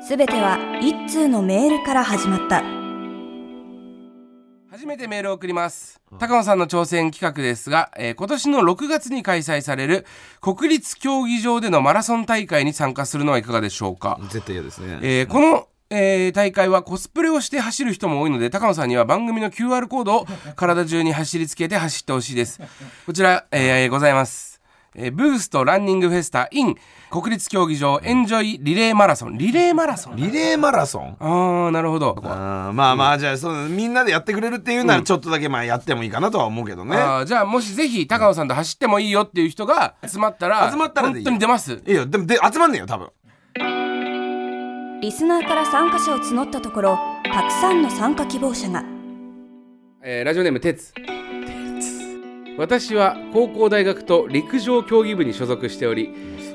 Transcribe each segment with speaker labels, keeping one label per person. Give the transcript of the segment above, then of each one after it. Speaker 1: すべては一通のメールから始まった
Speaker 2: 初めてメールを送ります高野さんの挑戦企画ですが、えー今年の6月に開催される国立競技場でのマラソン大会に参加するのはいかがでしょうか、
Speaker 3: 絶対嫌ですね。
Speaker 2: えーこの、えー大会はコスプレをして走る人も多いので高野さんには番組の QR コー ドを体中に走りつけて走ってほしいですこちら、えーございます、えーブーストランニングフェスタ in 国立競技場エンジョイリレーマラソンリレーマラソン
Speaker 3: リレーマラソン
Speaker 2: ああなるほど
Speaker 3: あーまあまあ、じゃあそうみんなでやってくれるっていうならちょっとだけまあやってもいいかなとは思うけどね。
Speaker 2: あーじゃあもしぜひ高野さんと走ってもいいよっていう人が集まったら
Speaker 3: 集まったらでい
Speaker 2: 本
Speaker 3: い
Speaker 2: 当に出ます
Speaker 3: いいよでもで集まんねえよ多分。
Speaker 1: リスナーから参加者を募ったところたくさんの参加希望者が
Speaker 2: えーラジオネームてつ私は高校大学と陸上競技部に所属しており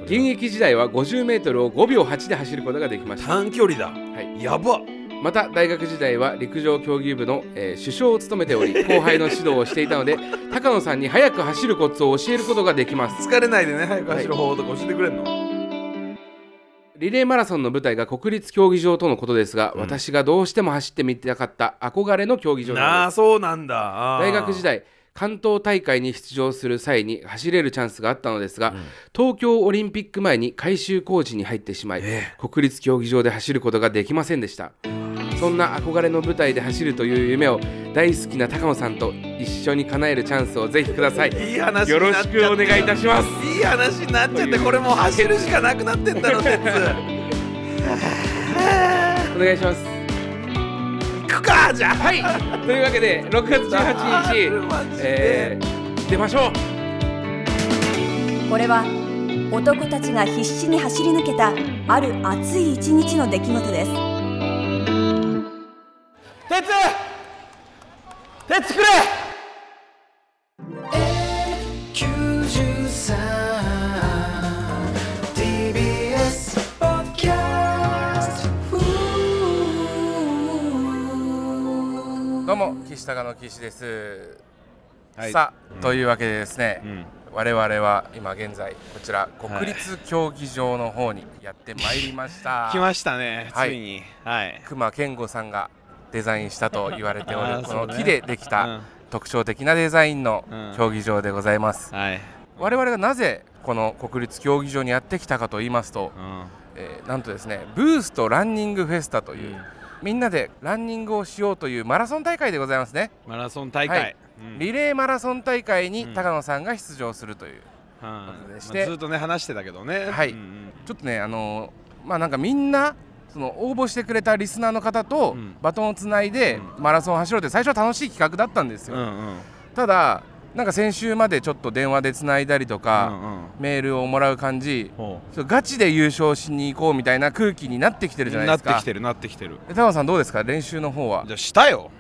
Speaker 2: 現役時代は 50m を5秒8で走ることができました、は
Speaker 3: 短距離だ。
Speaker 2: い、
Speaker 3: やば。
Speaker 2: また大学時代は陸上競技部の、えー主将を務めており 後輩の指導をしていたので高野さんに早く走るコツを教えることができます
Speaker 3: 疲れないでね早く走る方法とか教えてくれんの。
Speaker 2: リレーマラソンの舞台が国立競技場とのことですが、私がどうしても走ってみたかった憧れの競技場なん
Speaker 3: な
Speaker 2: で
Speaker 3: あ
Speaker 2: す
Speaker 3: そうなんだ。あー
Speaker 2: 大学時。代関東大会に出場する際に走れるチャンスがあったのですが、東京オリンピック前に改修工事に入ってしまい、
Speaker 3: え
Speaker 2: 国立競技場で走ることができませんでしたそんな憧れの舞台で走るという夢を大好きな高野さんと一緒に叶えるチャンスをぜひください
Speaker 3: いい話になっちゃった。
Speaker 2: よろしくお願いいたします
Speaker 3: いい話になっちゃってこれもう走るしかなくなってんだろ説
Speaker 2: お願いします
Speaker 3: 行くかじゃあ
Speaker 2: はいというわけで6月
Speaker 3: マ
Speaker 2: 18
Speaker 3: ジ
Speaker 2: 日、
Speaker 3: で
Speaker 2: えー出ましょう
Speaker 1: これは男たちが必死に走り抜けたある熱い一日の出来事です
Speaker 2: 鉄鉄くれどうも岸高の岸です、
Speaker 3: はい
Speaker 2: さあ、というわけでですね、
Speaker 3: ん
Speaker 2: 我々は今現在こちら国立競技場の方にやってまいりました、
Speaker 4: 来ましたね、
Speaker 2: はい
Speaker 4: ついにはい
Speaker 2: 熊健吾さんがデザインしたと言われてお
Speaker 4: あ
Speaker 2: る
Speaker 4: ー
Speaker 2: こ
Speaker 4: そ
Speaker 2: の
Speaker 4: うね
Speaker 2: 木ででき
Speaker 4: う
Speaker 2: た
Speaker 4: ん
Speaker 2: 特徴的なデザインの
Speaker 4: うん
Speaker 2: 競技場でございます、
Speaker 4: はい、
Speaker 2: 我々がなぜこの国立競技場にやってきたかと言いますと、
Speaker 4: う
Speaker 2: えーなんとですねブースとランニングフェスタという、みんなでランニングをしようというマラソン大会でございますね、
Speaker 4: ん、マラソン大会、
Speaker 2: はい
Speaker 4: うん
Speaker 2: リレーマラソン大会に
Speaker 4: うん
Speaker 2: 高野さんが出場するという、
Speaker 4: はい
Speaker 2: ことでし
Speaker 4: ま
Speaker 2: て
Speaker 4: あずっとね話してたけどね
Speaker 2: はい
Speaker 4: うん
Speaker 2: ちょっとねあのーまあなんかみんなその応募してくれたリスナーの方と
Speaker 4: うん
Speaker 2: バトンをつないで
Speaker 4: う
Speaker 2: マラソンを走ろうって最初は楽しい企画だったんです
Speaker 4: う
Speaker 2: よ、
Speaker 4: んうん
Speaker 2: ただなんか先週までちょっと電話でつないだりとか、
Speaker 4: うんうん
Speaker 2: メールをもらう感じ
Speaker 4: ほ
Speaker 2: ちょっとガチで優勝しに行こうみたいな空気になってきてるじゃ
Speaker 4: う
Speaker 2: ない
Speaker 4: な
Speaker 2: で
Speaker 4: っ
Speaker 2: す
Speaker 4: て
Speaker 2: か
Speaker 4: きてるなってきてる
Speaker 2: え高野さんどうですか練習の方は
Speaker 4: じゃあしたよ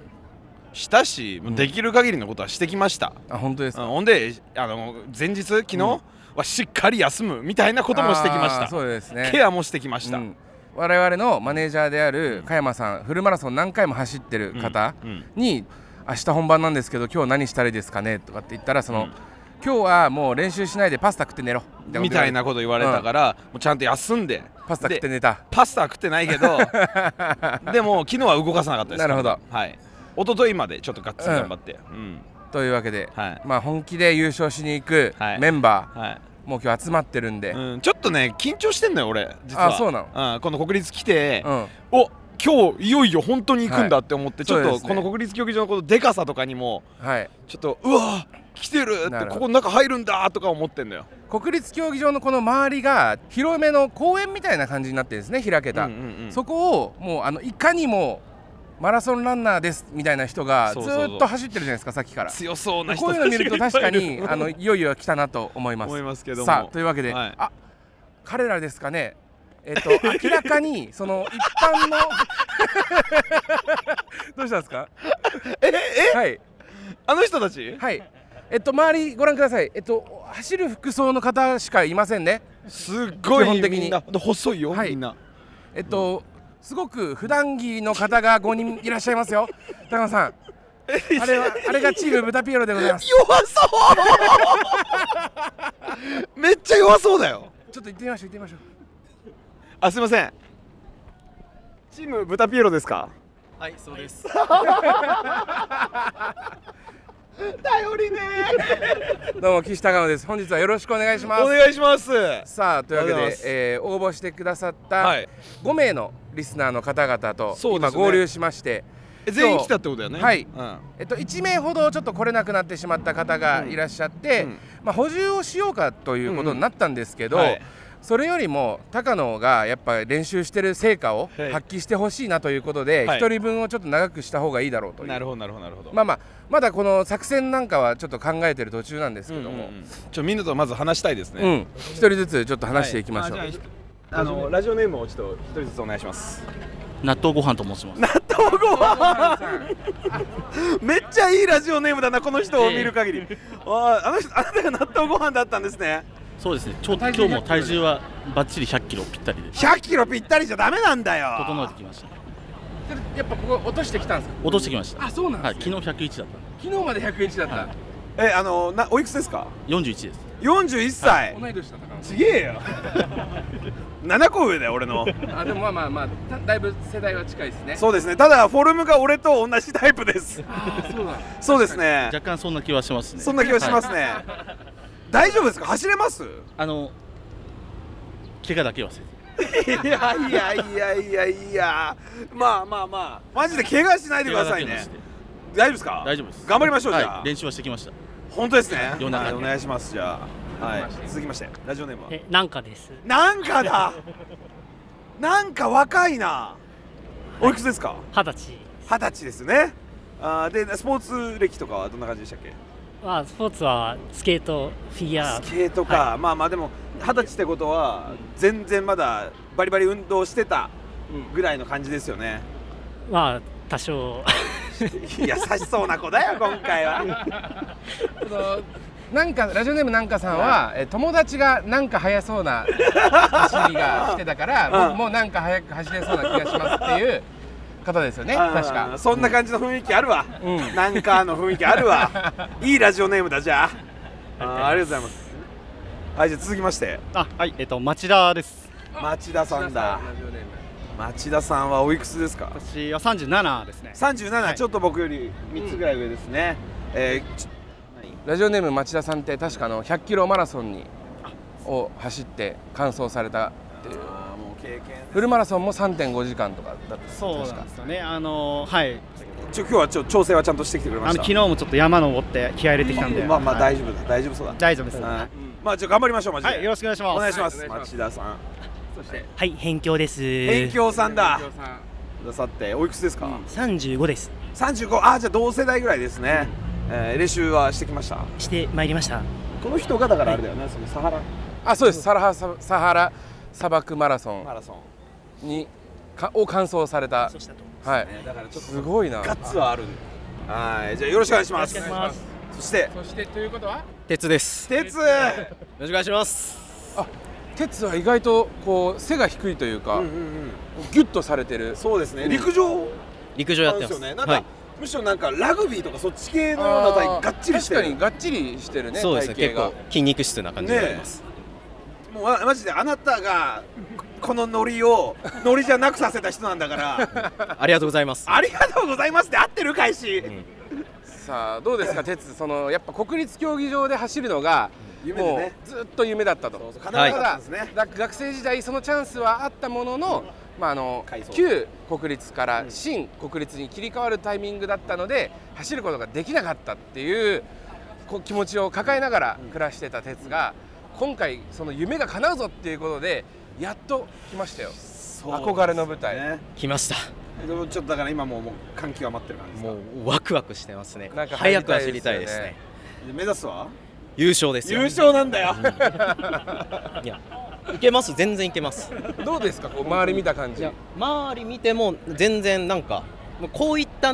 Speaker 4: したし、もううんできる限りのことはしてきました、
Speaker 2: あ本当です
Speaker 4: うん
Speaker 2: か、
Speaker 4: ほんであの前日昨日はしっかり休むみたいなこともしてきまし
Speaker 2: あー
Speaker 4: た、
Speaker 2: そうですね
Speaker 4: ケアもしてきました、
Speaker 2: うん我々のマネージャーである加山さんフルマラソン何回も走ってる方
Speaker 4: うんうん
Speaker 2: に「明日本番なんですけど今日何したらいいですかね?」とかって言ったらその、
Speaker 4: うん
Speaker 2: 今日はもう練習しないでパスタ食って寝ろ」
Speaker 4: みたいな
Speaker 2: こと
Speaker 4: こと言われたから、もうちゃんと休んで
Speaker 2: 言われてパスタ食って
Speaker 4: で
Speaker 2: 寝た
Speaker 4: パスタは食ってないけ どでも昨日は動かさなかったです
Speaker 2: なるほど
Speaker 4: はい一昨日までちょっとがっつり頑張ってうん、
Speaker 2: というわけで、
Speaker 4: はい
Speaker 2: まあ本気で優勝しに行く
Speaker 4: はい
Speaker 2: メンバー、
Speaker 4: はい
Speaker 2: もう今日集まってるんで、
Speaker 4: うん、ちょっとね緊張してんのよ俺実は
Speaker 2: あそうな
Speaker 4: うん、この国立来て、
Speaker 2: うん
Speaker 4: お今日いよいよ本当に行くんだって思って、
Speaker 2: い
Speaker 4: ちょ
Speaker 2: そ
Speaker 4: っ
Speaker 2: うで
Speaker 4: と
Speaker 2: すね
Speaker 4: この国立競技場のこのでかさとかにも
Speaker 2: はい
Speaker 4: ちょっとうわ来てるっ
Speaker 2: なるほ
Speaker 4: て
Speaker 2: ど
Speaker 4: ここの中入るんだとか思ってんのよ
Speaker 2: 国立競技場のこの周りが広めの公園みたいな感じになってるんですね開けた、
Speaker 4: うんうんうん
Speaker 2: そこをもうあのいかにもマラソンランナーですみたいな人がず
Speaker 4: そうそうそう
Speaker 2: ーっと走ってるじゃないですかさっきから
Speaker 4: 強そうな人
Speaker 2: こういうの見ると確か
Speaker 4: い っぱいい
Speaker 2: に
Speaker 4: る
Speaker 2: あのいよいよ来たなと思います
Speaker 4: 思いますけども
Speaker 2: さあというわけで、
Speaker 4: はい
Speaker 2: あ彼らですかねえっと明らか にその一般の どうしたんですか
Speaker 4: ええ
Speaker 2: はい
Speaker 4: あの人たち
Speaker 2: はいえっと周りご覧くださいえっと走る服装の方しかいませんね
Speaker 4: すっごい
Speaker 2: 基本的に
Speaker 4: みんなで細いよ、
Speaker 2: はい
Speaker 4: みんな
Speaker 2: えっと、すごく普段着の方が5人いらっしゃいますよ。高野さん。あれは、あれがチームブタピエロでございます。
Speaker 4: 弱そうめっちゃ弱そうだよ
Speaker 2: ちょっと行ってみましょう、行ってみましょう。
Speaker 4: あすいませんチーム豚ピエロですか
Speaker 5: はいそ うです
Speaker 2: どうも岸高野です本日はよろしくお願いします
Speaker 4: お願いします
Speaker 2: さあというわけ
Speaker 4: ありがとうござい
Speaker 2: で
Speaker 4: ます、
Speaker 2: えー応募してくださっ
Speaker 4: は
Speaker 2: た
Speaker 4: い
Speaker 2: 5名のリスナーの方々と
Speaker 4: そうで
Speaker 2: 今
Speaker 4: すね
Speaker 2: 合流しまして、
Speaker 4: え全員来たってことだよね
Speaker 2: はい
Speaker 4: うん
Speaker 2: えっと、1名ほどちょっと来れなくなってしまった方がいらっしゃって、
Speaker 4: うん
Speaker 2: まあ、補充をしようかということになったんですけど、
Speaker 4: うんうんはい
Speaker 2: それよりも高野がやっぱ練習してる成果を
Speaker 4: はい
Speaker 2: 発揮してほしいなということで、
Speaker 4: はい
Speaker 2: 1人分をちょっと長くした方がいいだろうという
Speaker 4: なるほどなるほどなるほど
Speaker 2: まあまあまだこの作戦なんかはちょっと考えてる途中なんですけども、
Speaker 4: うんうんうんちょみんなとまず話したいです
Speaker 2: うん
Speaker 4: ね
Speaker 2: 1人ずつちょっと話していきましょう、
Speaker 4: はいあじゃああのラジオネームをちょっと一人ずつお願いします
Speaker 5: 納豆ご飯と申します
Speaker 4: めっちゃいいラジオネームだなこの人を見る限り、 ああの人あなたが納豆ご飯だったんですね
Speaker 5: そうですねちょ今日も体重はバッチリ100キロぴったりで
Speaker 4: 100キロぴったりじゃダメなんだよ
Speaker 5: 整えてきました
Speaker 2: それやっぱここ落としてきたんですか
Speaker 5: 落としてきました
Speaker 2: あそうなん
Speaker 5: はい
Speaker 2: です
Speaker 5: 昨日
Speaker 2: ね、
Speaker 5: 101だった
Speaker 2: 昨日まで101だった、
Speaker 5: は
Speaker 4: えあのなおいくつですか
Speaker 5: 41です
Speaker 4: 41歳、
Speaker 2: 同い年だったか
Speaker 4: ちげえ よ7個上だよ俺の
Speaker 2: なあでもまあまあまあただいぶ世代は近いですね
Speaker 4: そうですねただフォルムが俺と同じタイプです
Speaker 2: あーそうだ
Speaker 4: そうですね
Speaker 5: 若干そんな気はしますね
Speaker 4: そんな気がしますね、大丈夫ですか走れます
Speaker 5: あの怪我だけはせず
Speaker 4: いやいやいやいやいやまあまあまあマジで怪我しないでくださいね
Speaker 5: 怪我だけはして
Speaker 4: 大丈夫ですか
Speaker 5: 大丈夫です
Speaker 4: 頑張りましょうじゃあ、
Speaker 5: はい練習はしてきました
Speaker 4: 本当ですね。
Speaker 5: 夜中に
Speaker 4: はい、お願いします。じゃあ、はい、続きまして、ラジオネームは。
Speaker 6: えなんかです
Speaker 4: なんかだ。なんか若いな。おいくつですか。
Speaker 6: 二十歳
Speaker 4: 二十歳ですね。あーで、スポーツ歴とかはどんな感じでしたっけ。
Speaker 6: まあスポーツはスケートフィギュア
Speaker 4: スケートか、まあまあ、でも、二十歳ってことは、全然まだバリバリ運動してた。ぐらいの感じですよね。
Speaker 6: まあ多少
Speaker 4: 優しそうな子 だよ、今回は。
Speaker 2: そのなんかラジオネームなんかさんは、え友達がなんか速そうな走りがしてたから、
Speaker 4: うん
Speaker 2: 僕もなんか速く走れそうな気がしますっていう方ですよね確
Speaker 4: あー
Speaker 2: か
Speaker 4: そんな感じの雰囲気あるわ、
Speaker 2: うん
Speaker 4: なんかの雰囲気ある わいいラジオネームだじゃああーありがとうございますはいじゃあ続きまして
Speaker 5: あはいえっと町田です
Speaker 4: 町田さんだ
Speaker 2: ラジオネーム
Speaker 4: 町田さんはおいくつですか
Speaker 5: 私は37ですね
Speaker 4: 37、
Speaker 5: はい
Speaker 4: ちょっと僕より3つぐらい上ですね、えーちょ
Speaker 2: ラジオネーム町田さんって確かあの100キロマラソンにを走って完走されたっていう
Speaker 4: あーもう経験
Speaker 2: フルマラソンも3.5時間とかだった
Speaker 5: そうなんですよねあのはい
Speaker 4: ちょ今日はちょ調整はちゃんとしてきてくれ
Speaker 5: あ
Speaker 4: ま
Speaker 5: の
Speaker 4: した
Speaker 5: 昨日もちょっと山登って気合い入れてきたんで
Speaker 4: まあまあ
Speaker 5: はい
Speaker 4: 大丈夫だ、大丈夫そうだ
Speaker 5: 大丈夫です
Speaker 4: は
Speaker 5: はい
Speaker 4: まあじゃあ頑張りましょうマジで、
Speaker 5: いよろしくお願いします
Speaker 4: お願いします、
Speaker 2: はいお願いし
Speaker 4: 町田さん
Speaker 7: はい、辺境です。
Speaker 4: 遠京さんだ
Speaker 2: さん
Speaker 4: ださっておいくつですか、
Speaker 7: 35です。
Speaker 4: 35あーじゃあ同世代ぐらいですね、えー練習はしてきました
Speaker 7: してまいりました。
Speaker 4: この人がだからあれだよね、そのサハラ
Speaker 2: あそうですサラハササハラ砂漠マラソン
Speaker 4: マラソン、
Speaker 2: にかを完走された
Speaker 7: したと。
Speaker 2: はい
Speaker 4: ね、だからちょっと
Speaker 2: すごいな
Speaker 4: ガッツはあるはいじゃあよろしくお願いします
Speaker 7: よろしくお願いし
Speaker 4: そして
Speaker 2: そしてということは
Speaker 5: 鉄ですよ
Speaker 4: 鉄
Speaker 5: ろしくお願いします
Speaker 2: 鉄は意外とこう背が低いというか、
Speaker 4: うんうんうん
Speaker 2: ギュッとされてる
Speaker 4: そうですね陸上
Speaker 5: 陸上
Speaker 4: なんですよねなんか、むしろなんかラグビーとかそっち系のような体がっちりして
Speaker 2: 確か
Speaker 4: る
Speaker 2: にがっちりしてるね
Speaker 8: そうですね
Speaker 2: 体
Speaker 8: 結
Speaker 2: 型が
Speaker 8: 構筋肉質な感じになります、
Speaker 4: もうわマジであなたがこのノリをノリじゃなくさせた人なんだから
Speaker 8: ありがとうございます
Speaker 4: ありがとうございますって合ってるかいし、
Speaker 2: さあどうですか鉄そのやっぱ国立競技場で走るのが
Speaker 4: 夢で
Speaker 2: も
Speaker 4: ね
Speaker 2: うずっと夢だったと
Speaker 4: そうそう
Speaker 2: た
Speaker 4: 叶
Speaker 2: だ
Speaker 4: わなかったんですね
Speaker 2: だ学生時代そのチャンスはあったものの,、まああの
Speaker 4: 改装
Speaker 2: 旧国立から新国立に切り替わるタイミングだったので走ることができなかったっていうこう気持ちを抱えながら暮らしてた鉄が今回その夢が叶うぞっていうことでやっと来ましたよ憧れの舞台、
Speaker 4: ね
Speaker 8: 来ました
Speaker 4: でもちょっとだから今もうもう歓喜が待ってる感じですか
Speaker 8: もうワクワクしてますね
Speaker 2: なんか入り
Speaker 8: 早く
Speaker 2: たい
Speaker 8: 走
Speaker 2: で
Speaker 8: り
Speaker 2: すよね
Speaker 8: たいですね
Speaker 4: で目指すは
Speaker 8: 優勝ですよ
Speaker 4: 勝なんだよ
Speaker 8: いやいけます全然いけます
Speaker 2: どうですかこう周り見た感
Speaker 8: い
Speaker 2: じ
Speaker 8: や周り見ても全然なんかもうこういった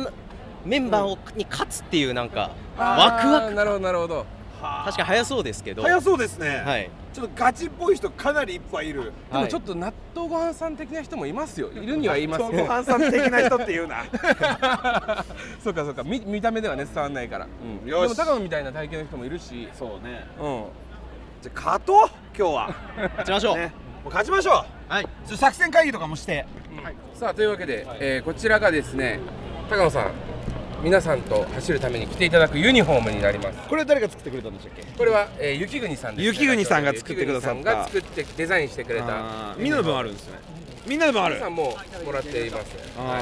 Speaker 8: メンバーをに勝つっていうなんかワク
Speaker 2: あ
Speaker 8: ワ
Speaker 2: ー
Speaker 8: ク
Speaker 2: なるほどなるほど
Speaker 8: 確かに早そうですけど
Speaker 4: 早そうですね、
Speaker 8: はい
Speaker 4: ちょっとガチっぽい人かなりいっぱいいる
Speaker 2: でもちょ
Speaker 8: はい
Speaker 2: っと納豆ご飯さん的な人もいますよいるにはいます
Speaker 4: ご飯さん的な人っていうな
Speaker 2: そうかそうか見見た目ではね伝わんないから、うん、で
Speaker 4: よし
Speaker 2: も高野みたいな体型の人もいるし
Speaker 4: そうね
Speaker 2: うん
Speaker 4: じゃあ勝とう今日は
Speaker 8: 勝ちましょう、
Speaker 4: ねう勝ちましょ
Speaker 8: はい、
Speaker 4: うそう作戦会議とかもして
Speaker 2: さあというわけで、えーこちらがですね高野さん皆さんと走るために着ていただくユニフォームになります
Speaker 4: これ誰が作ってくれたんでしたっけ
Speaker 2: これは、えー、雪国さんですね
Speaker 4: 雪国さんが作ってくださった
Speaker 2: 雪国さんが作ってデザインしてくれた
Speaker 4: あーみんなの分あるんですねみんなの分あ
Speaker 2: 皆
Speaker 4: る
Speaker 2: さんももらっています、は
Speaker 4: あ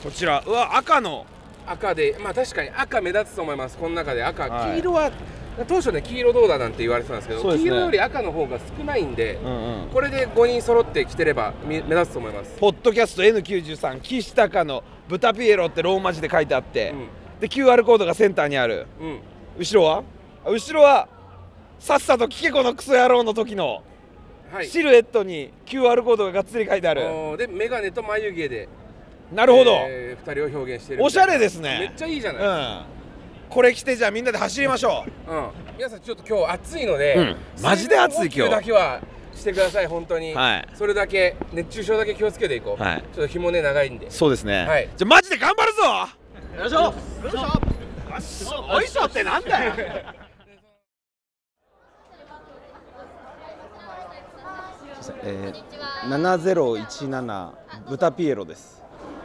Speaker 4: ーこちらうわ赤の
Speaker 2: い、赤でまあ確かに赤目立つと思いますこの中で赤、黄色は当初ね黄色どうだなんて言われてたんですけど
Speaker 4: そうです
Speaker 2: 黄
Speaker 4: ね
Speaker 2: 色より赤の方が少ないんで、
Speaker 4: うんうん
Speaker 2: これで5人揃って着てればみ目立つと思います、
Speaker 4: ポッドキャスト N93 岸高の豚ピエロってローマ字で書いてあって、
Speaker 2: う
Speaker 4: で QR コードがセンターにある
Speaker 2: んうん
Speaker 4: 後ろはあ後ろはさっさと聞けこのクソ野郎の時の
Speaker 2: はい
Speaker 4: シルエットに QR コードががっつり書いてある、
Speaker 2: おーで眼鏡と眉毛で
Speaker 4: なるほど、
Speaker 2: えー二人を表現してる
Speaker 4: おしゃれですね
Speaker 2: めっちゃいいじゃない、
Speaker 4: うんこれ着てじゃあみんなで走りましょ
Speaker 2: うん、皆さんちょっと今日暑いので、
Speaker 4: うんマジで暑い今日
Speaker 2: 水分補給だけはしてください本当に、
Speaker 4: うはい
Speaker 2: それだけ熱中症だけ気をつけていこう、
Speaker 4: はい
Speaker 2: ちょっと紐ね長いんで
Speaker 4: そうですね、
Speaker 2: はい
Speaker 4: じゃあマジで頑張るぞ
Speaker 8: よいしょよいしょ
Speaker 4: おいしょってなんだよ
Speaker 9: えー、7017豚ピエロです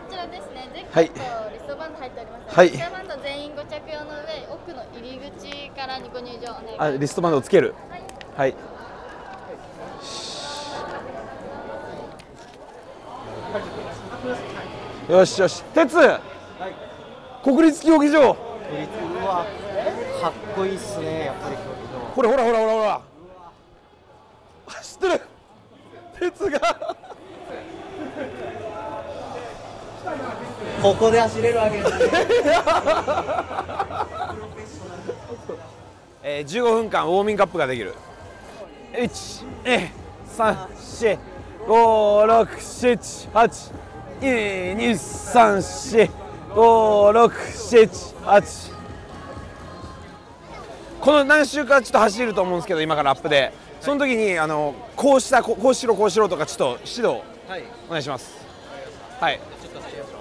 Speaker 10: こちらですね、ゼッ
Speaker 9: はい
Speaker 10: ケンとリストバンド入っておりますので、
Speaker 9: はい
Speaker 10: リストバンド全員ご着用の上、奥の入り口からご入場お願いし
Speaker 9: あ
Speaker 10: ます。
Speaker 9: リストバンドをつけるはいよしよし鉄、国立競技場
Speaker 7: かっこいいっすね、やっぱり。
Speaker 9: これほらほらほらほら走ってる鉄が
Speaker 7: ここで走れるわけですね。
Speaker 4: えー、15分間ウォーミングアップができる
Speaker 9: 1 2 3 4 5 6 7 8 1 2 3 4 5 6 7 8
Speaker 4: この何週かちょっと走ると思うんですけど今からアップでその時にあのこうしたこうこうしろこうしろとかちょっと指導
Speaker 8: はい
Speaker 4: お願いしますはい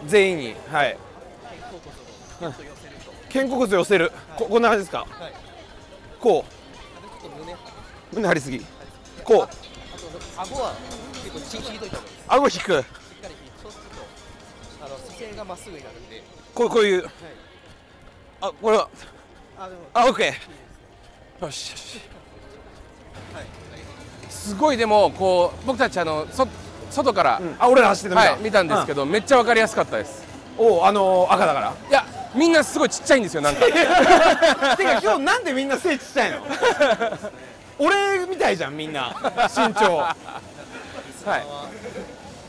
Speaker 4: 全員にはい肩甲骨寄せるここんな感じですか、こう胸張りすぎこう
Speaker 8: 顎は結構引いといた方がいいです
Speaker 4: 顎引く
Speaker 8: しっかり引いてそうするとあの姿勢がまっすぐになるんで
Speaker 4: こうこういう、あこれは
Speaker 8: あでも
Speaker 4: あオッケーよしよし
Speaker 2: すごいでもこう僕たちあのそ外から、
Speaker 4: あ俺ら走ってた見た、
Speaker 2: はい、見たんですけど、めっちゃわかりやすかったです
Speaker 4: おうあのー赤だから
Speaker 2: いやみんなすごいちっちゃいんですよ なんか
Speaker 4: てか今日なんでみんな背ちっちゃい の俺みたいじゃんみんな身長はい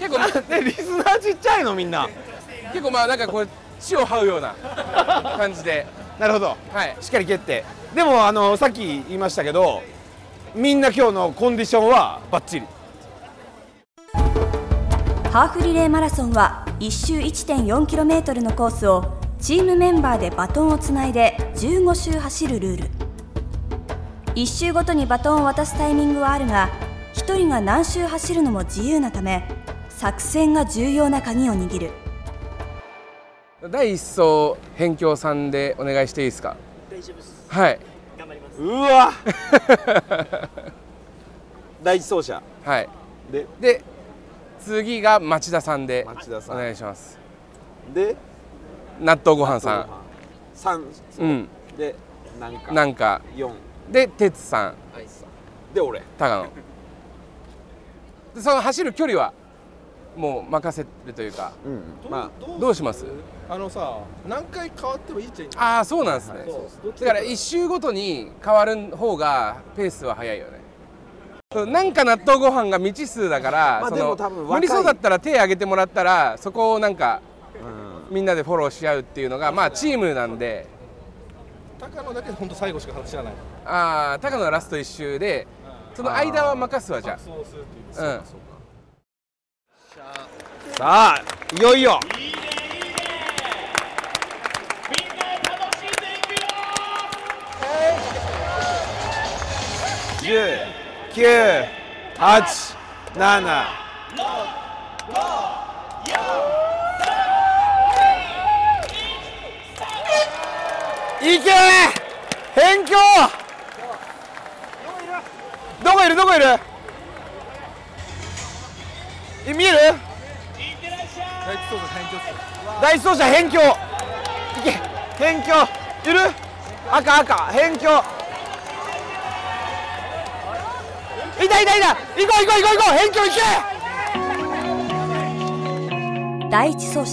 Speaker 4: 結構ねリスナーちっちゃいのみんな
Speaker 2: 結構まあなんかこう地を這うような感じで
Speaker 4: なるほど
Speaker 2: はい
Speaker 4: しっかり蹴ってでもあのさっき言いましたけどみんな今日のコンディションはバッチリ
Speaker 1: ハーフリレーマラソンは1周 1.4km のコースをチームメンバーでバトンをつないで15周走るルール1周ごとにバトンを渡すタイミングはあるが1人が何周走るのも自由なため作戦が重要な鍵を握る
Speaker 2: 第一走辺境さんでお願いしていいですか大丈夫です
Speaker 4: うわ
Speaker 2: はい
Speaker 4: 第一走者
Speaker 2: はい
Speaker 4: で
Speaker 2: で次が町田さんで
Speaker 4: 町田さん
Speaker 2: お願いします
Speaker 4: で
Speaker 2: 納豆ご飯さん
Speaker 4: 三
Speaker 2: うん
Speaker 4: でなんか
Speaker 2: なんか
Speaker 4: 四
Speaker 2: で哲さん
Speaker 4: で俺
Speaker 2: 高野でその走る距離はもう任せるというか
Speaker 4: ま
Speaker 2: どうします
Speaker 9: あのさ何回変わってもいいっちゃいいんだ
Speaker 2: ああそうなんですね、だから1周ごとに変わる方がペースは早いよねそうなんか納豆ご飯が未知数だから、
Speaker 4: まあ
Speaker 2: そ
Speaker 4: で
Speaker 2: の
Speaker 4: も多分若
Speaker 2: 無
Speaker 4: い
Speaker 2: 理そうだったら手挙げてもらったらそこをなんかみんなでフォローし合うっていうのがまあチームなんで
Speaker 9: 高野だけ本当最後しか話知らない
Speaker 2: ああ高野はラスト1周でその間は任すわじゃ
Speaker 9: そうするっていう
Speaker 2: あうん
Speaker 4: さあいよいよ十、九、八、七。いけ辺境どこいるどこいるえ見える第一走者辺境っす第一走者辺境いけ辺境いる赤赤辺境いたいたいた行こう行こう行こう行こう辺境行け
Speaker 1: 第一走者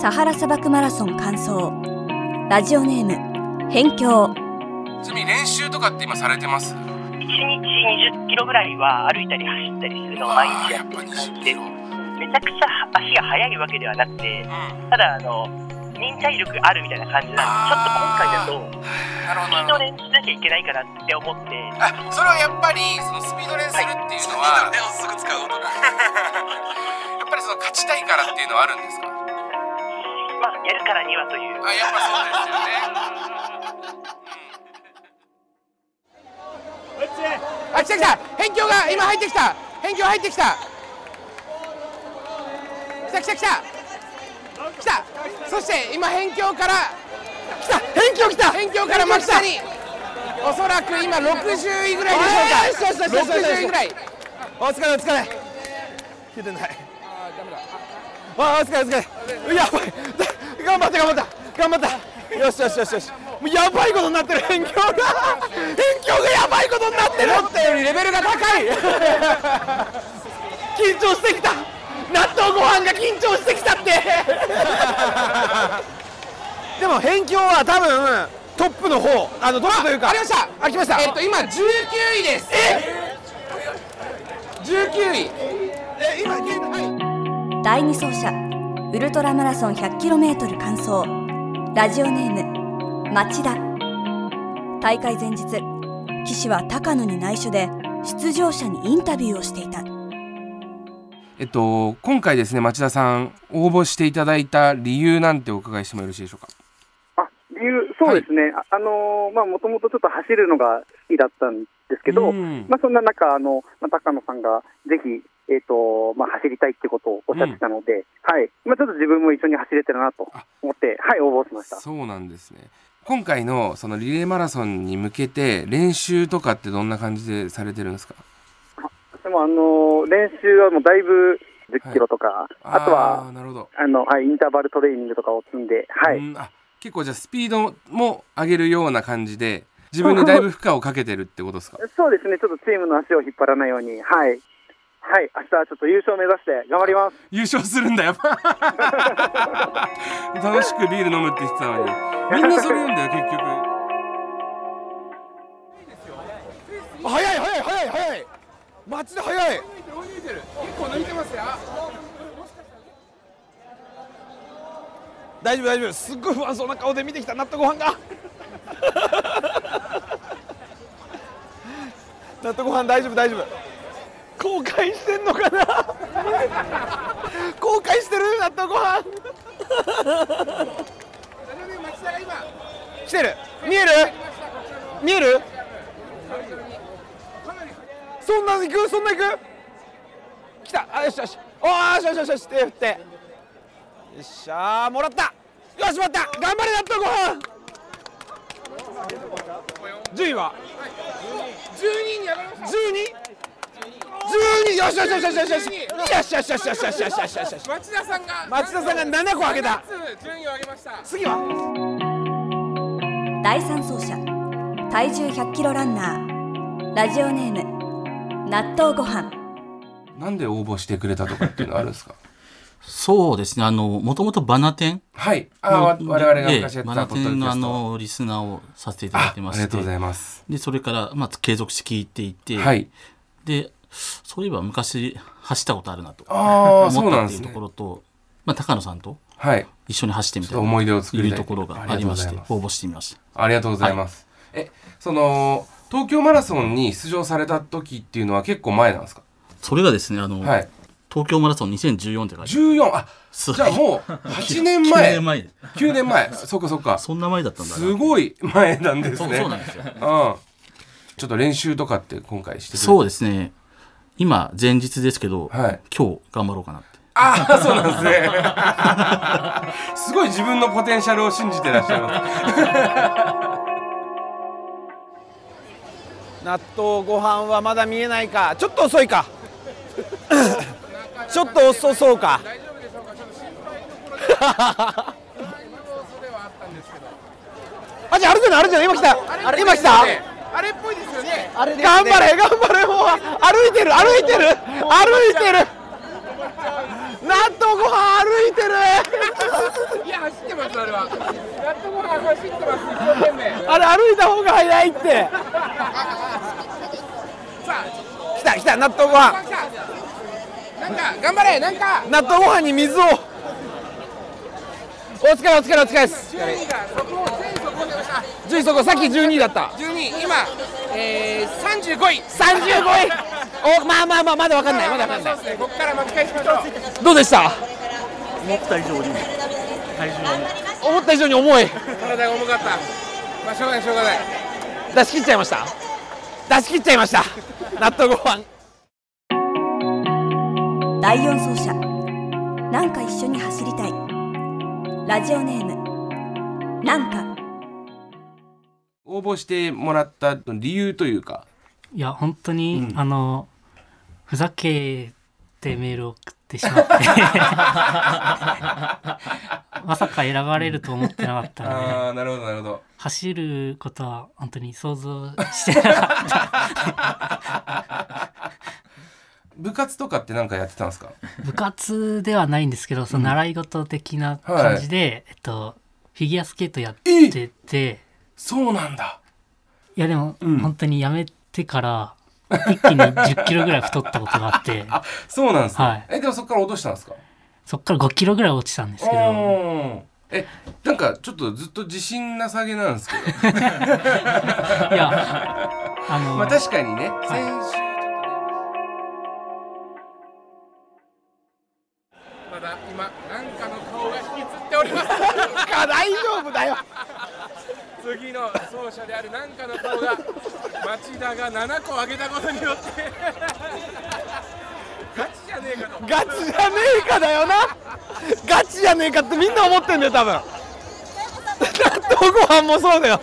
Speaker 1: サハラ砂漠マラソン完走ラジオネーム辺境
Speaker 2: ちなみに練習とかって今されてます
Speaker 6: 1日20キロぐらいは歩いたり走ったりするのを毎日やってる感じでめちゃくちゃ足が速いわけではなくてただあの忍耐力があるみたいな感じなんでちょっと今回だとスピード練習しなきゃいけないかなって思って
Speaker 2: あそれはやっぱりそのスピード練するっていうのは、すぐ使う男やっぱりその勝ちたいからっていうのはあるんですか
Speaker 6: まあやるからにはという
Speaker 2: あやっぱそうですよね
Speaker 4: あ来た来た辺境が今入ってきた辺境入ってきた来た来た来た来たそして今辺境から来た辺境来た辺境から真下におそらく今60位ぐらいでしょうか60位ぐらいお疲れお疲れ聞いてないあーダメだお疲れお疲れやばいだ頑張った頑張った頑張ったよしよしよしよしもうやばいことになってる辺境が辺境がやばいことになってる思ったよりレベルが高い緊張してきた納豆ご飯が緊張してきたってでも辺境は多分トップの方あのトップというかありましたあ来ましたえっと今19位ですえ19位え今現在
Speaker 1: 第二走者ウルトラマラソン 100km 完走ラジオネーム町田大会前日岸は高野に内緒で出場者にインタビューをしていた
Speaker 2: えっと今回ですね町田さん応募していただいた理由なんてお伺いしてもよろしいでしょうか
Speaker 11: 理由、そうですね、ああのーまあ、もともとちょっと走るのが好きだったんですけど、
Speaker 2: うん
Speaker 11: まあ、そんな中、あの、まあ、高野さんがぜひ、えっ、と、まあ、走りたいってことをおっしゃってたので、はい。まあ、ちょっと自分も一緒に走れてるなと思って、はい、応募しました。
Speaker 2: そうなんですね今回のそのリレーマラソンに向けて練習とかってどんな感じでされてるんですか
Speaker 11: でも、あのー練習はもうだいぶ10キロとか、あと
Speaker 2: ー
Speaker 11: は、
Speaker 2: なるほど
Speaker 11: あの、はい、インターバルトレーニングとかを積んで、はい。
Speaker 2: うんあ結構じゃあスピードも上げるような感じで自分にだいぶ負荷をかけてるってこと ですか
Speaker 11: そうですね、ちょっとチームの足を引っ張らないように、はい。はい、明日はちょっと優勝目指して頑張ります。
Speaker 2: 優勝するんだよ 楽しくビール飲むって言ってたのにみんなそれ言うんだよ結局
Speaker 4: 早い早い早い早い町田早い
Speaker 12: 構抜いてますよ
Speaker 4: 大丈夫大丈夫すっごい不安そうな顔で見てきた納豆ご飯が 納豆ご飯大丈夫大丈夫後悔してんのかな後悔してる納豆ご飯来てる見える見えるそんな行くそんな行く来たあよしよしおーよしよしよしよし手振ってよっしゃーもらったよしもらった頑張れ納豆ご飯順位は
Speaker 12: 12に上がりました
Speaker 4: 12?12 よしよしよしよしよしよしよしよしよしよしよしよしよしよし
Speaker 12: 町田さんが
Speaker 4: 町田さんが7個上げた
Speaker 12: つ順位を上げました
Speaker 4: 次は
Speaker 1: 第三走者体重 100kg ランナーラジオネーム納豆ご飯
Speaker 2: なんで応募してくれたとかっていうのはあるんですか
Speaker 5: そうですね、あの、もともとバナテン。
Speaker 2: はいあわ我々が昔やってた
Speaker 5: バナ
Speaker 2: ポ
Speaker 5: テンの
Speaker 2: ッドキャスト
Speaker 5: あの、リスナーをさせていただいてまして。
Speaker 2: あありがとうございます。
Speaker 5: で、それから、まあ、継続して聞いていて。
Speaker 2: はい
Speaker 5: で、そういえば昔、走ったことあるなと。
Speaker 2: あー
Speaker 5: 思
Speaker 2: そ
Speaker 5: っ
Speaker 2: うな
Speaker 5: た
Speaker 2: ん
Speaker 5: っ
Speaker 2: で
Speaker 5: てい
Speaker 2: す
Speaker 5: う
Speaker 2: ね
Speaker 5: ところと、まあ、高野さんと
Speaker 2: はい
Speaker 5: 一緒に走ってみた
Speaker 2: ち
Speaker 5: い
Speaker 2: ょっ
Speaker 5: な
Speaker 2: と思い出を作りたい
Speaker 5: いうところがありまして、応募してみました。
Speaker 2: ありがとうございます、えその東京マラソンに出場された時っていうのは結構前なんですか
Speaker 5: それがですね、あの、
Speaker 2: はい
Speaker 5: 東京マラソン2014って書いて
Speaker 2: 14あじゃあもう8年前
Speaker 5: 9年前
Speaker 2: 9年前そっかそっか
Speaker 5: そんな前だったんだな
Speaker 2: すごい前なんですね
Speaker 5: そうそうなんですよ
Speaker 2: んちょっと練習とかって今回してくれて
Speaker 5: そうですね。今、前日ですけど、今日頑張ろうかなって。
Speaker 2: ああそうなんですね すごい自分のポテンシャルを信じてらっしゃいます
Speaker 4: 納豆ご飯はまだ見えないかちょっと遅いか
Speaker 13: ちょっと遅そうか。あ、じゃああるじゃない、あるじゃない、今来
Speaker 9: あ
Speaker 13: た。
Speaker 9: れ
Speaker 13: 今来た。
Speaker 9: あれっぽいですよね
Speaker 13: 頑張れ、頑張れ、もう歩いてる、歩いてる、歩いてる。なんとご飯歩いてる。
Speaker 9: いや走ってますあれはやっとご飯走ってます一生懸命
Speaker 13: あれ歩いた方が早いって。
Speaker 9: さ
Speaker 13: 来た、来た、納
Speaker 9: あ
Speaker 13: 豆ご飯。
Speaker 9: 来たなんか頑張れなんか
Speaker 13: 納豆ご飯に水を。お疲れ、お疲れ、お疲れです。
Speaker 9: 12がそこを全そこでました
Speaker 13: 十位そこ、さっき12位だった。
Speaker 9: 12今、えー、35位
Speaker 13: 35位おまあまあまあまだわかんないまだわかんない
Speaker 9: そうですねここから巻き返しましょう
Speaker 13: どうでした
Speaker 9: 思った以上に
Speaker 13: 思った以上に重い
Speaker 9: 体が重かったまあしょうがないしょうがない
Speaker 13: 出し切っちゃいました出し切っちゃいました納豆ご飯
Speaker 1: 第4走者なんか一緒に走りたいラジオネームなんか
Speaker 2: 応募してもらった理由というか
Speaker 6: いや、本当に、あの、ふざけてメールを送ってしま って。まさか選ばれると思ってなかったので。
Speaker 2: ああなるほどなるほど
Speaker 6: 走ることは本当に想像してなかった。
Speaker 2: 部活とかってなんかやってたんですか
Speaker 6: 部活ではないんですけど、その習い事的な感じで、えっと、フィギュアスケートやってて。
Speaker 2: そうなんだ。
Speaker 6: いやでも、本当にやめてから、一気に10キロぐらい太ったことがあって。あ、
Speaker 2: そうなんですね、
Speaker 6: はい。
Speaker 2: えでもそこから落としたんですか
Speaker 6: そっから5キロぐらい落ちたんですけど。
Speaker 2: うんえなんかちょっとずっと自信なさげなんですけどい
Speaker 6: やあの
Speaker 2: まあ確かにね、
Speaker 9: まだ今なんかの顔が引きつっております
Speaker 13: 大丈夫だよ
Speaker 9: 次の走者であるなんかの顔が町田が7個上げたことによってガチじゃねえかと
Speaker 13: ガチじゃねえかだよなガチじゃねえかってみんな思ってんだよ多分納豆ご飯もそうだよ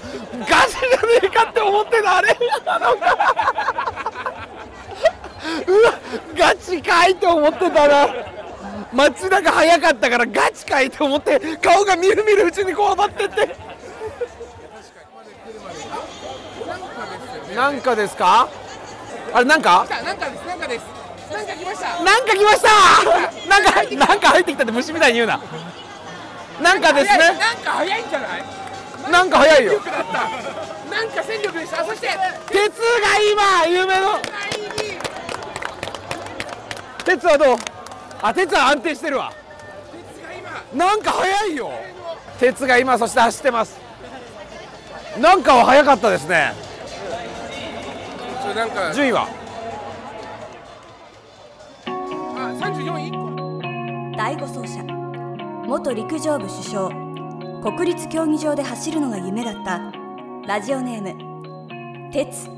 Speaker 13: ガチじゃねえかって思ってたあれなのかうわガチかいと思ってたな町田が早かったからガチかいと思って顔がみるみるうちにこわばってってなんかですかあれなんか
Speaker 9: 来たなんかですなんかですなんか来ました
Speaker 13: なんか来ましたなんかなんか入ってきたって虫みたいに言うななんかですね
Speaker 9: 早いなんか早いんじゃない
Speaker 13: なんか早いよ
Speaker 9: 戦力だったなんか戦力でしたあそして
Speaker 13: 鉄が今有名の鉄はどうあ鉄は安定してるわなんか早いよ鉄が今そして走ってますなんかは早かったですね
Speaker 9: ちょなんか
Speaker 13: 順位は
Speaker 9: あ34位
Speaker 1: 第5走者元陸上部主将国立競技場で走るのが夢だったラジオネーム鉄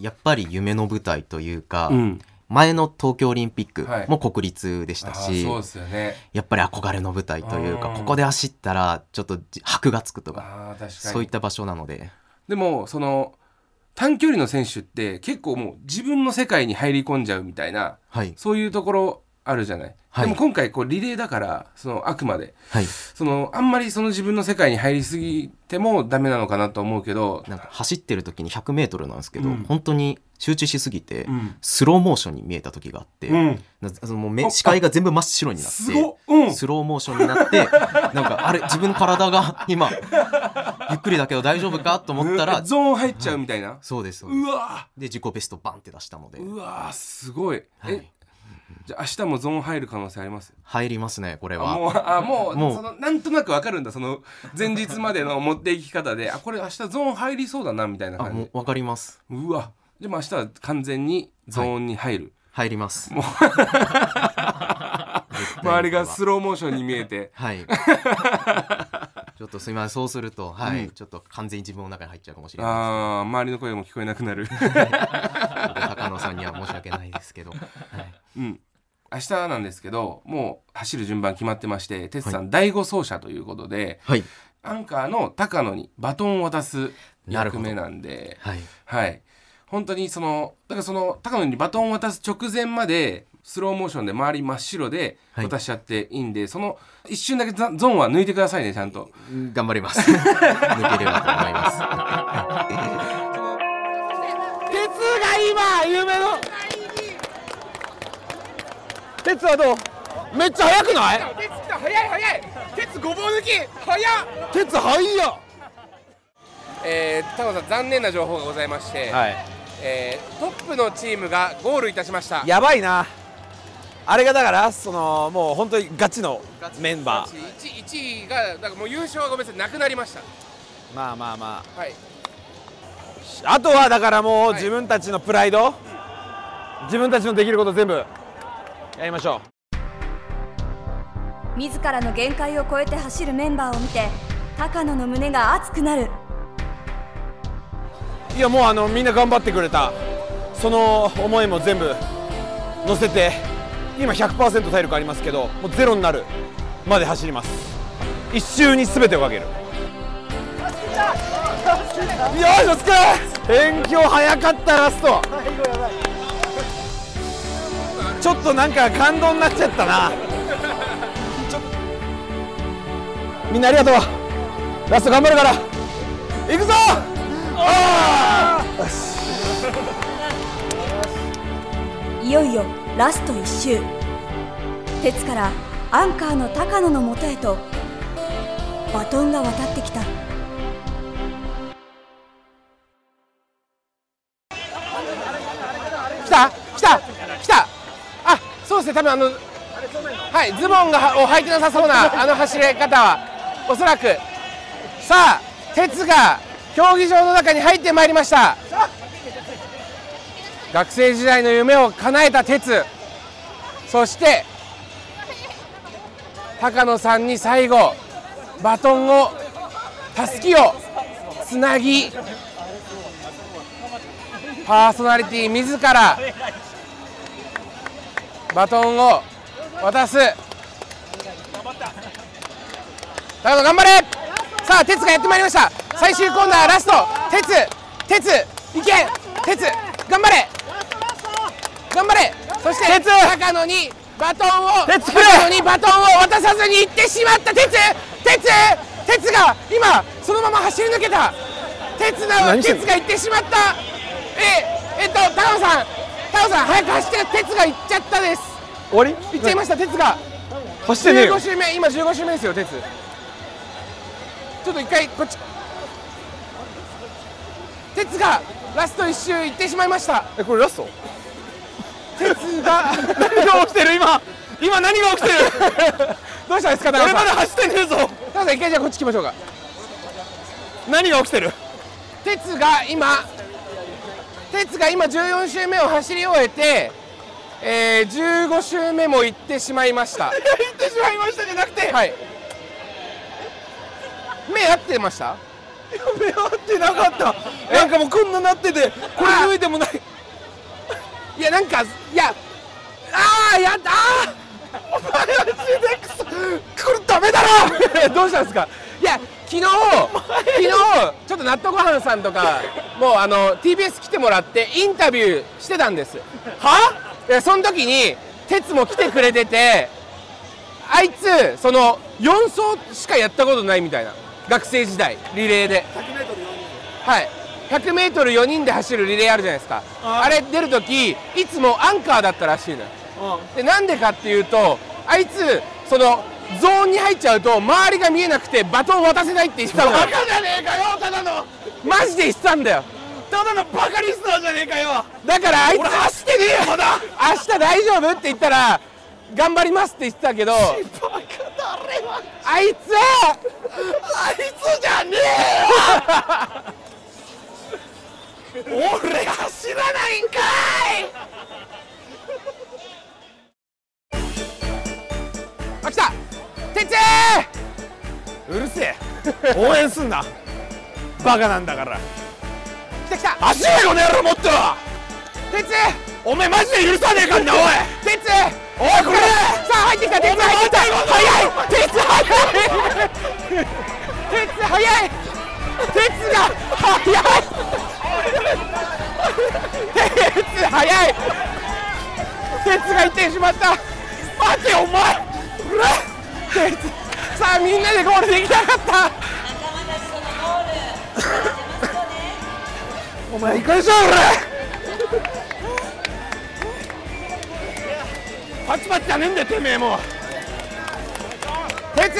Speaker 14: やっぱり夢の舞台というか、
Speaker 2: うん
Speaker 14: 前の東京オリンピック
Speaker 2: はい
Speaker 14: も国立でしたし、
Speaker 2: あーそうですよね
Speaker 14: やっぱり憧れの舞台というか
Speaker 2: うん
Speaker 14: ここで走ったらちょっとじ箔がつくとか
Speaker 2: 確かに
Speaker 14: そういった場所なので
Speaker 2: でもその短距離の選手って結構もう自分の世界に入り込んじゃうみたいな、そういうところあるじゃない、でも今回こうリレーだからそのあくまで、
Speaker 14: はい
Speaker 2: そのあんまりその自分の世界に入りすぎてもダメなのかなと思うけど
Speaker 14: なんか走ってる時に 100m なんですけど、
Speaker 2: うん
Speaker 14: 本当に集中しすぎて、
Speaker 2: うん
Speaker 14: スローモーションに見えた時があって、
Speaker 2: うん
Speaker 14: なそのもう目
Speaker 2: あ
Speaker 14: 視界が全部真っ白になっ
Speaker 2: す
Speaker 14: て
Speaker 2: ごっ、うん
Speaker 14: スローモーションになって なんかあれ自分の体が今ゆっくりだけど大丈夫かと思っ たら
Speaker 2: ゾーン入っちゃうみたいな、
Speaker 14: そうですそう
Speaker 2: うわ
Speaker 14: で自己ベストバンって出したので
Speaker 2: うわーすごい、えじゃあ明日もゾーン入る可能性あります
Speaker 14: 入りますねこれ
Speaker 2: あ
Speaker 14: は
Speaker 2: もうあもう
Speaker 14: もう
Speaker 2: そのなんとなくわかるんだその前日までの持っていき方であこれ明日ゾーン入りそうだなみたいな
Speaker 14: あ
Speaker 2: 感
Speaker 14: も
Speaker 2: じ
Speaker 14: うわかります
Speaker 2: うわでも明日は完全にゾーンに入る、
Speaker 14: 入ります
Speaker 2: もう周りがスローモーションに見えて
Speaker 14: はいちょっとすみませんそうするとはい、
Speaker 2: うん
Speaker 14: ちょっと完全に自分の中に入っちゃうかもしれない
Speaker 2: あー周りの声も聞こえなくなる
Speaker 14: 高野さんには申し訳ないですけどはい
Speaker 2: うん明日なんですけどもう走る順番決まってまして哲さん、第5走者ということで、
Speaker 14: はい
Speaker 2: アンカーの高野にバトンを渡す役目なんで
Speaker 14: はい
Speaker 2: はい、本当にそのだからその高野にバトンを渡す直前まで
Speaker 15: スローモーションで周り真っ白で渡しちゃっていいんで、その一瞬だけザゾーンは抜いてくださいねちゃんと
Speaker 5: 頑張ります 抜ければと思います
Speaker 2: 鉄が今夢の鉄はどうめっちゃ速くない
Speaker 4: 鉄来た早い早い鉄ごぼう抜き早っ
Speaker 2: 鉄速いや
Speaker 15: えー、タコさん残念な情報がございまして、
Speaker 16: はい
Speaker 15: えートップのチームがゴールいたしました
Speaker 16: やばいなあれがだからそのもう本当にガチのメンバー
Speaker 15: 1, 1位がだからもう優勝はごめんなさいなくなりました
Speaker 16: まあまあま
Speaker 15: はい
Speaker 16: ああとはだからもう自分たちのプライド、自分たちのできること全部やりましょ
Speaker 1: 自らの限界を超えて走るメンバーを見て高野の胸が熱くなる
Speaker 2: いやもうあのみんな頑張ってくれたその思いも全部乗せて今100%体力ありますけどもうゼロになるまで走ります一周に全てをかけるよーしお疲れ遠距早かったラストちょっとなんか感動になっちゃったなみんなありがとうラスト頑張るから行くぞあーよし
Speaker 1: いよいよラスト1周鉄からアンカーの高野のもとへとバトンが渡ってきた
Speaker 2: 来た来た来たあそうですね多分あのはいズボンがを履いてなさそうなあの走り方はおそらくさあ鉄が競技場の中に入ってまいりました学生時代の夢を叶えた鉄そして高野さんに最後バトンをたすきをつなぎパーソナリティ自らバトンを渡す高野頑張れさあ鉄がやってまいりました最終コーナーラスト鉄鉄いけ鉄頑張れ頑張れそして鉄高野にバトンを
Speaker 4: 鉄くれ
Speaker 2: 高野にバトンを渡さずに行ってしまった鉄鉄鉄が今そのまま走り抜けた鉄な
Speaker 4: 何してん
Speaker 2: 鉄
Speaker 4: の
Speaker 2: が行ってしまったええっと高野さん高野さん早く走って鉄が行っちゃったです
Speaker 4: 終わり
Speaker 2: 行っちゃいました鉄が
Speaker 4: 走ってねえよ
Speaker 2: 15周目今15周目ですよ鉄ちょっと一回こっち鉄がラスト1周行ってしまいました
Speaker 4: えこれラスト
Speaker 2: 鉄 が
Speaker 4: 何が起きてる今今何が起きてる
Speaker 2: どうしたんですか高野さん
Speaker 4: 俺まだ走ってねえぞ
Speaker 2: 高野さん一回じゃあこっち来ましょうか
Speaker 4: 何が起きてる
Speaker 2: 鉄が今鉄が今14周目を走り終えて、えー、15周目も行ってしまいました 行ってしまいましたじゃなくてはい目合ってました
Speaker 4: 目合ってなかったなんかもうこんななっててこれ抜いてもない
Speaker 2: いやなんかいやああやだあーお前はシデックスこれダメだろ どうしたんですかいや昨日昨日ちょっと納豆ご飯さんとかもうあの TBS 来てもらってインタビューしてたんですはいやその時に哲も来てくれててあいつその4走しかやったことないみたいな学生時代リレーではい 100m4 人で走るリレーあるじゃないですかあれ出る時いつもアンカーだったらしいのよでなんでかっていうとあいつそのゾーンに入っちゃうと周りが見えなくてバトン渡せないって言ってたの
Speaker 4: バカじゃねえかよただの
Speaker 2: マジで言ってたんだよ
Speaker 4: ただのバカリスナーじゃねえかよ
Speaker 2: だからあいつ
Speaker 4: 俺走ってねえよまだ
Speaker 2: 明日大丈夫って言ったら頑張りますって言ってたけど
Speaker 4: バカ誰は
Speaker 2: あいつ
Speaker 4: あいつじゃねえよ俺走らないんかい
Speaker 2: あ来た鉄
Speaker 4: うるせえ応援すんなバカなんだから
Speaker 2: 来た来た
Speaker 4: 走れこの野郎もっと
Speaker 2: 鉄
Speaker 4: おめえマジで許さねえかんなおい
Speaker 2: 鉄
Speaker 4: おいこれ
Speaker 2: さあ入ってきた鉄入ってきた早い鉄早い鉄早い鉄が早い鉄早い鉄が行ってしまった待てお前うら鉄さあみんなでゴールできなかったお前いかにしろ俺パチパチじゃねえんだよてめえもう鉄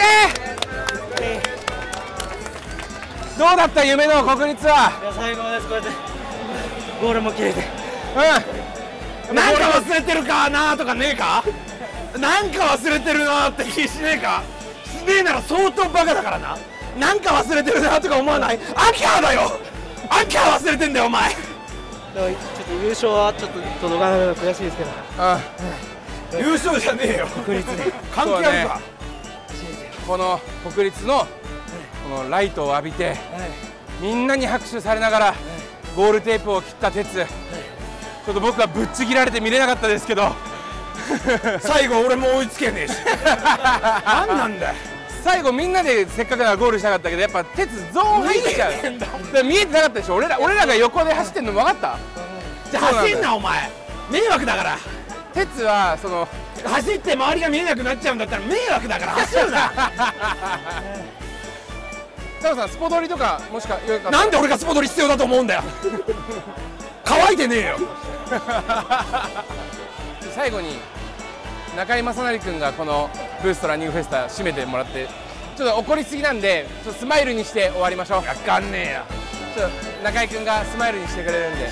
Speaker 2: どうだった夢の国立は
Speaker 6: 最後までこうやってゴールも切れて
Speaker 2: うんなんか忘れてるかなとかねえかなんか忘れてるなって気しねえかしねえなら相当バカだからななんか忘れてるなとか思わないアキャーだよアキャー忘れてんだよお前
Speaker 6: でもちょっと優勝はちょっと届かなくて悔しいですけど
Speaker 2: あ優勝じゃねえよ
Speaker 6: 国立で
Speaker 2: 関係あるか、この国立のこのライトを浴びて、みんなに拍手されながら、ゴールテープを切った鉄、ちょっと僕はぶっちぎられて見れなかったですけど最後俺も追いつけねえし何なんだよ最後みんなでせっかくだからゴールしたかったけどやっぱ鉄ゾーン入っちゃうだから見えてなかったでしょ俺ら俺らが横で走ってんの分かった
Speaker 4: じゃあ走んなお前迷惑だから
Speaker 2: 鉄はその
Speaker 4: 走って周りが見えなくなっちゃうんだったら迷惑だから走るな
Speaker 2: タモさんスポドリとかもしかよかった
Speaker 4: なんで俺がスポドリ必要だと思うん だよ乾いてねえよ
Speaker 2: 最後に中居正成君がこのブーストランニングフェスタ締めてもらってちょっと怒りすぎなんでちょっとスマイルにして終わりましょうや
Speaker 4: かんねえや
Speaker 2: ちょっと中居君がスマイルにしてくれるんで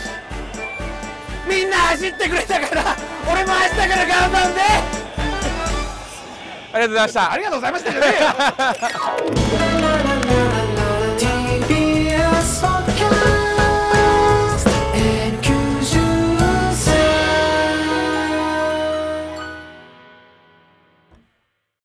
Speaker 4: みんな走ってくれたから俺も明日から頑張んで
Speaker 2: ありがとうございました
Speaker 4: ありがとうございましたじゃねえよ